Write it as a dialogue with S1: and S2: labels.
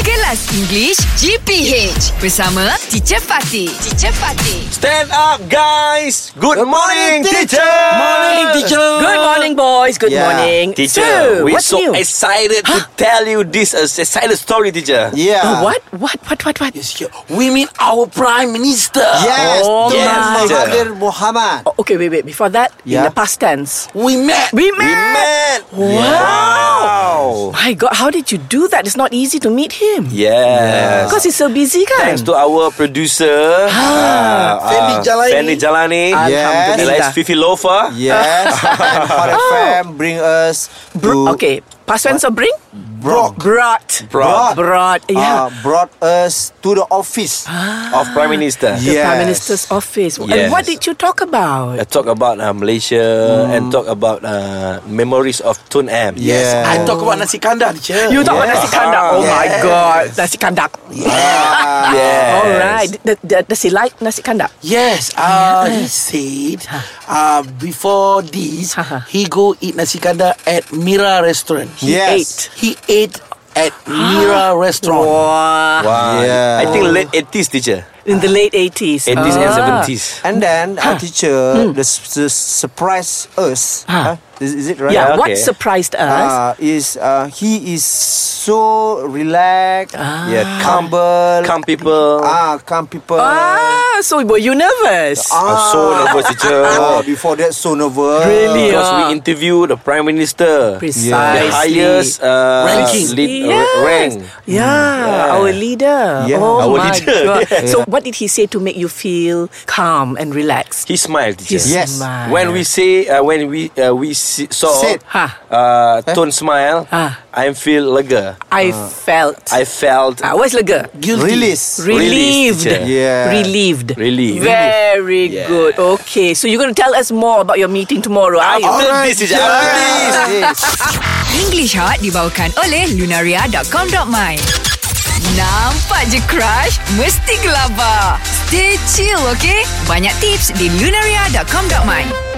S1: Kelas English GPH bersama Teacher Fatih. Teacher Fatih.
S2: Stand up, guys. Good, morning, teacher.
S3: Morning, teacher.
S4: Good morning, boys. Good
S2: Yeah,
S4: morning.
S2: Teacher,
S4: so,
S2: we're
S4: what's
S2: so
S4: new?
S2: excited to tell you this uh, excited story, teacher.
S3: Yeah.
S4: Oh, what? What? What? What? What?
S3: Yes, yeah. We mean our Prime Minister.
S2: Yes,
S4: Oh
S2: Tuan my.
S3: Mahathir Mohamad.
S4: Oh, okay, wait, wait. Before that,
S3: Yeah.
S4: in the past tense,
S3: We met.
S4: we
S2: We
S4: met.
S2: met. Wow.
S4: My God, how did you do that? It's not easy to meet him
S2: Yes.
S4: because he's so busy, kan?
S2: Thanks to our producer, ah,
S3: Fendi Jalani.
S2: Fendi Jalani.
S3: Yes.
S2: The last Fifi Lofa.
S5: Yes, and Hot FM bring us
S4: Br-
S5: to
S4: Oh. okay, past tense of bring.
S5: Brock.
S4: Brought.
S2: Brought.
S4: Brought.
S5: uh,
S4: Yeah. Ah.
S5: brought us to the office.
S2: Of Prime Minister.
S4: the
S5: yes.
S4: Prime Minister's office.
S2: Yes.
S4: And what did you
S2: I
S4: talk about?
S2: talk about uh, Malaysia and talk about uh, memories of Tun M.
S3: Yes.
S5: Yeah.
S3: I talk about nasi kandar, teacher.
S4: You talk about nasi kandak. Oh my
S3: Yes.
S4: God, nasi kandak.
S2: Yes.
S4: All right. D- d- does he like nasi kandak?
S3: Yes, uh, he said uh, before this, he go eat nasi kandar at Mira restaurant.
S5: Yes.
S4: Eight.
S3: He ate at Mira restaurant.
S4: Wow.
S2: Wow.
S5: Yeah.
S2: I think late 80s, teacher.
S4: In the late 80s.
S2: 80s and
S4: Ah.
S2: 70s.
S5: And then our teacher
S4: Hmm.
S5: the, s- the surprise us. Huh? Is, is it right?
S4: Ah. Yeah,
S2: Yeah,
S4: what
S2: okay.
S4: surprised us?
S5: Uh, is uh, he is so relaxed,
S2: Yeah, calm,
S5: humble,
S2: calm people.
S5: ah, calm people. Ah.
S4: ah, so were you nervous?
S2: I'm so nervous, teacher.
S5: Oh, before that, so nervous.
S4: Really? ah.
S2: Because
S4: Yeah.
S2: we interview the Prime Minister.
S4: Precisely.
S2: The highest uh,
S3: Ranking.
S2: lead- uh,
S4: Yes.
S2: rank.
S4: Yeah, our leader.
S5: Yeah.
S4: Oh
S2: Our
S4: my
S2: leader,
S4: God.
S2: yeah.
S4: So, what did he say to make you feel calm and relaxed?
S2: He smiled,
S4: He
S2: teacher.
S5: Yes.
S4: smiled.
S2: When we say, uh, when we uh, we see, saw
S5: Said.
S4: Ha.
S2: uh, Tone smile,
S4: Ah.
S2: I feel lega.
S4: I
S5: Uh.
S4: felt.
S2: I felt
S4: Ah, what's lega?
S3: Guilty.
S5: Release.
S4: Relieved.
S2: Relieved, teacher.
S5: Yeah.
S4: Relieved.
S2: Relieved.
S4: Very
S2: Yeah.
S4: good. Okay, so you're going to tell us more about your meeting tomorrow, are you?
S2: after this, teacher, after this.
S5: Yes.
S1: English Hot dibawakan oleh lunaria.com.my. Nampak je crush? Mesti gelabah. Stay chill, okay? Banyak tips di lunaria.com.my.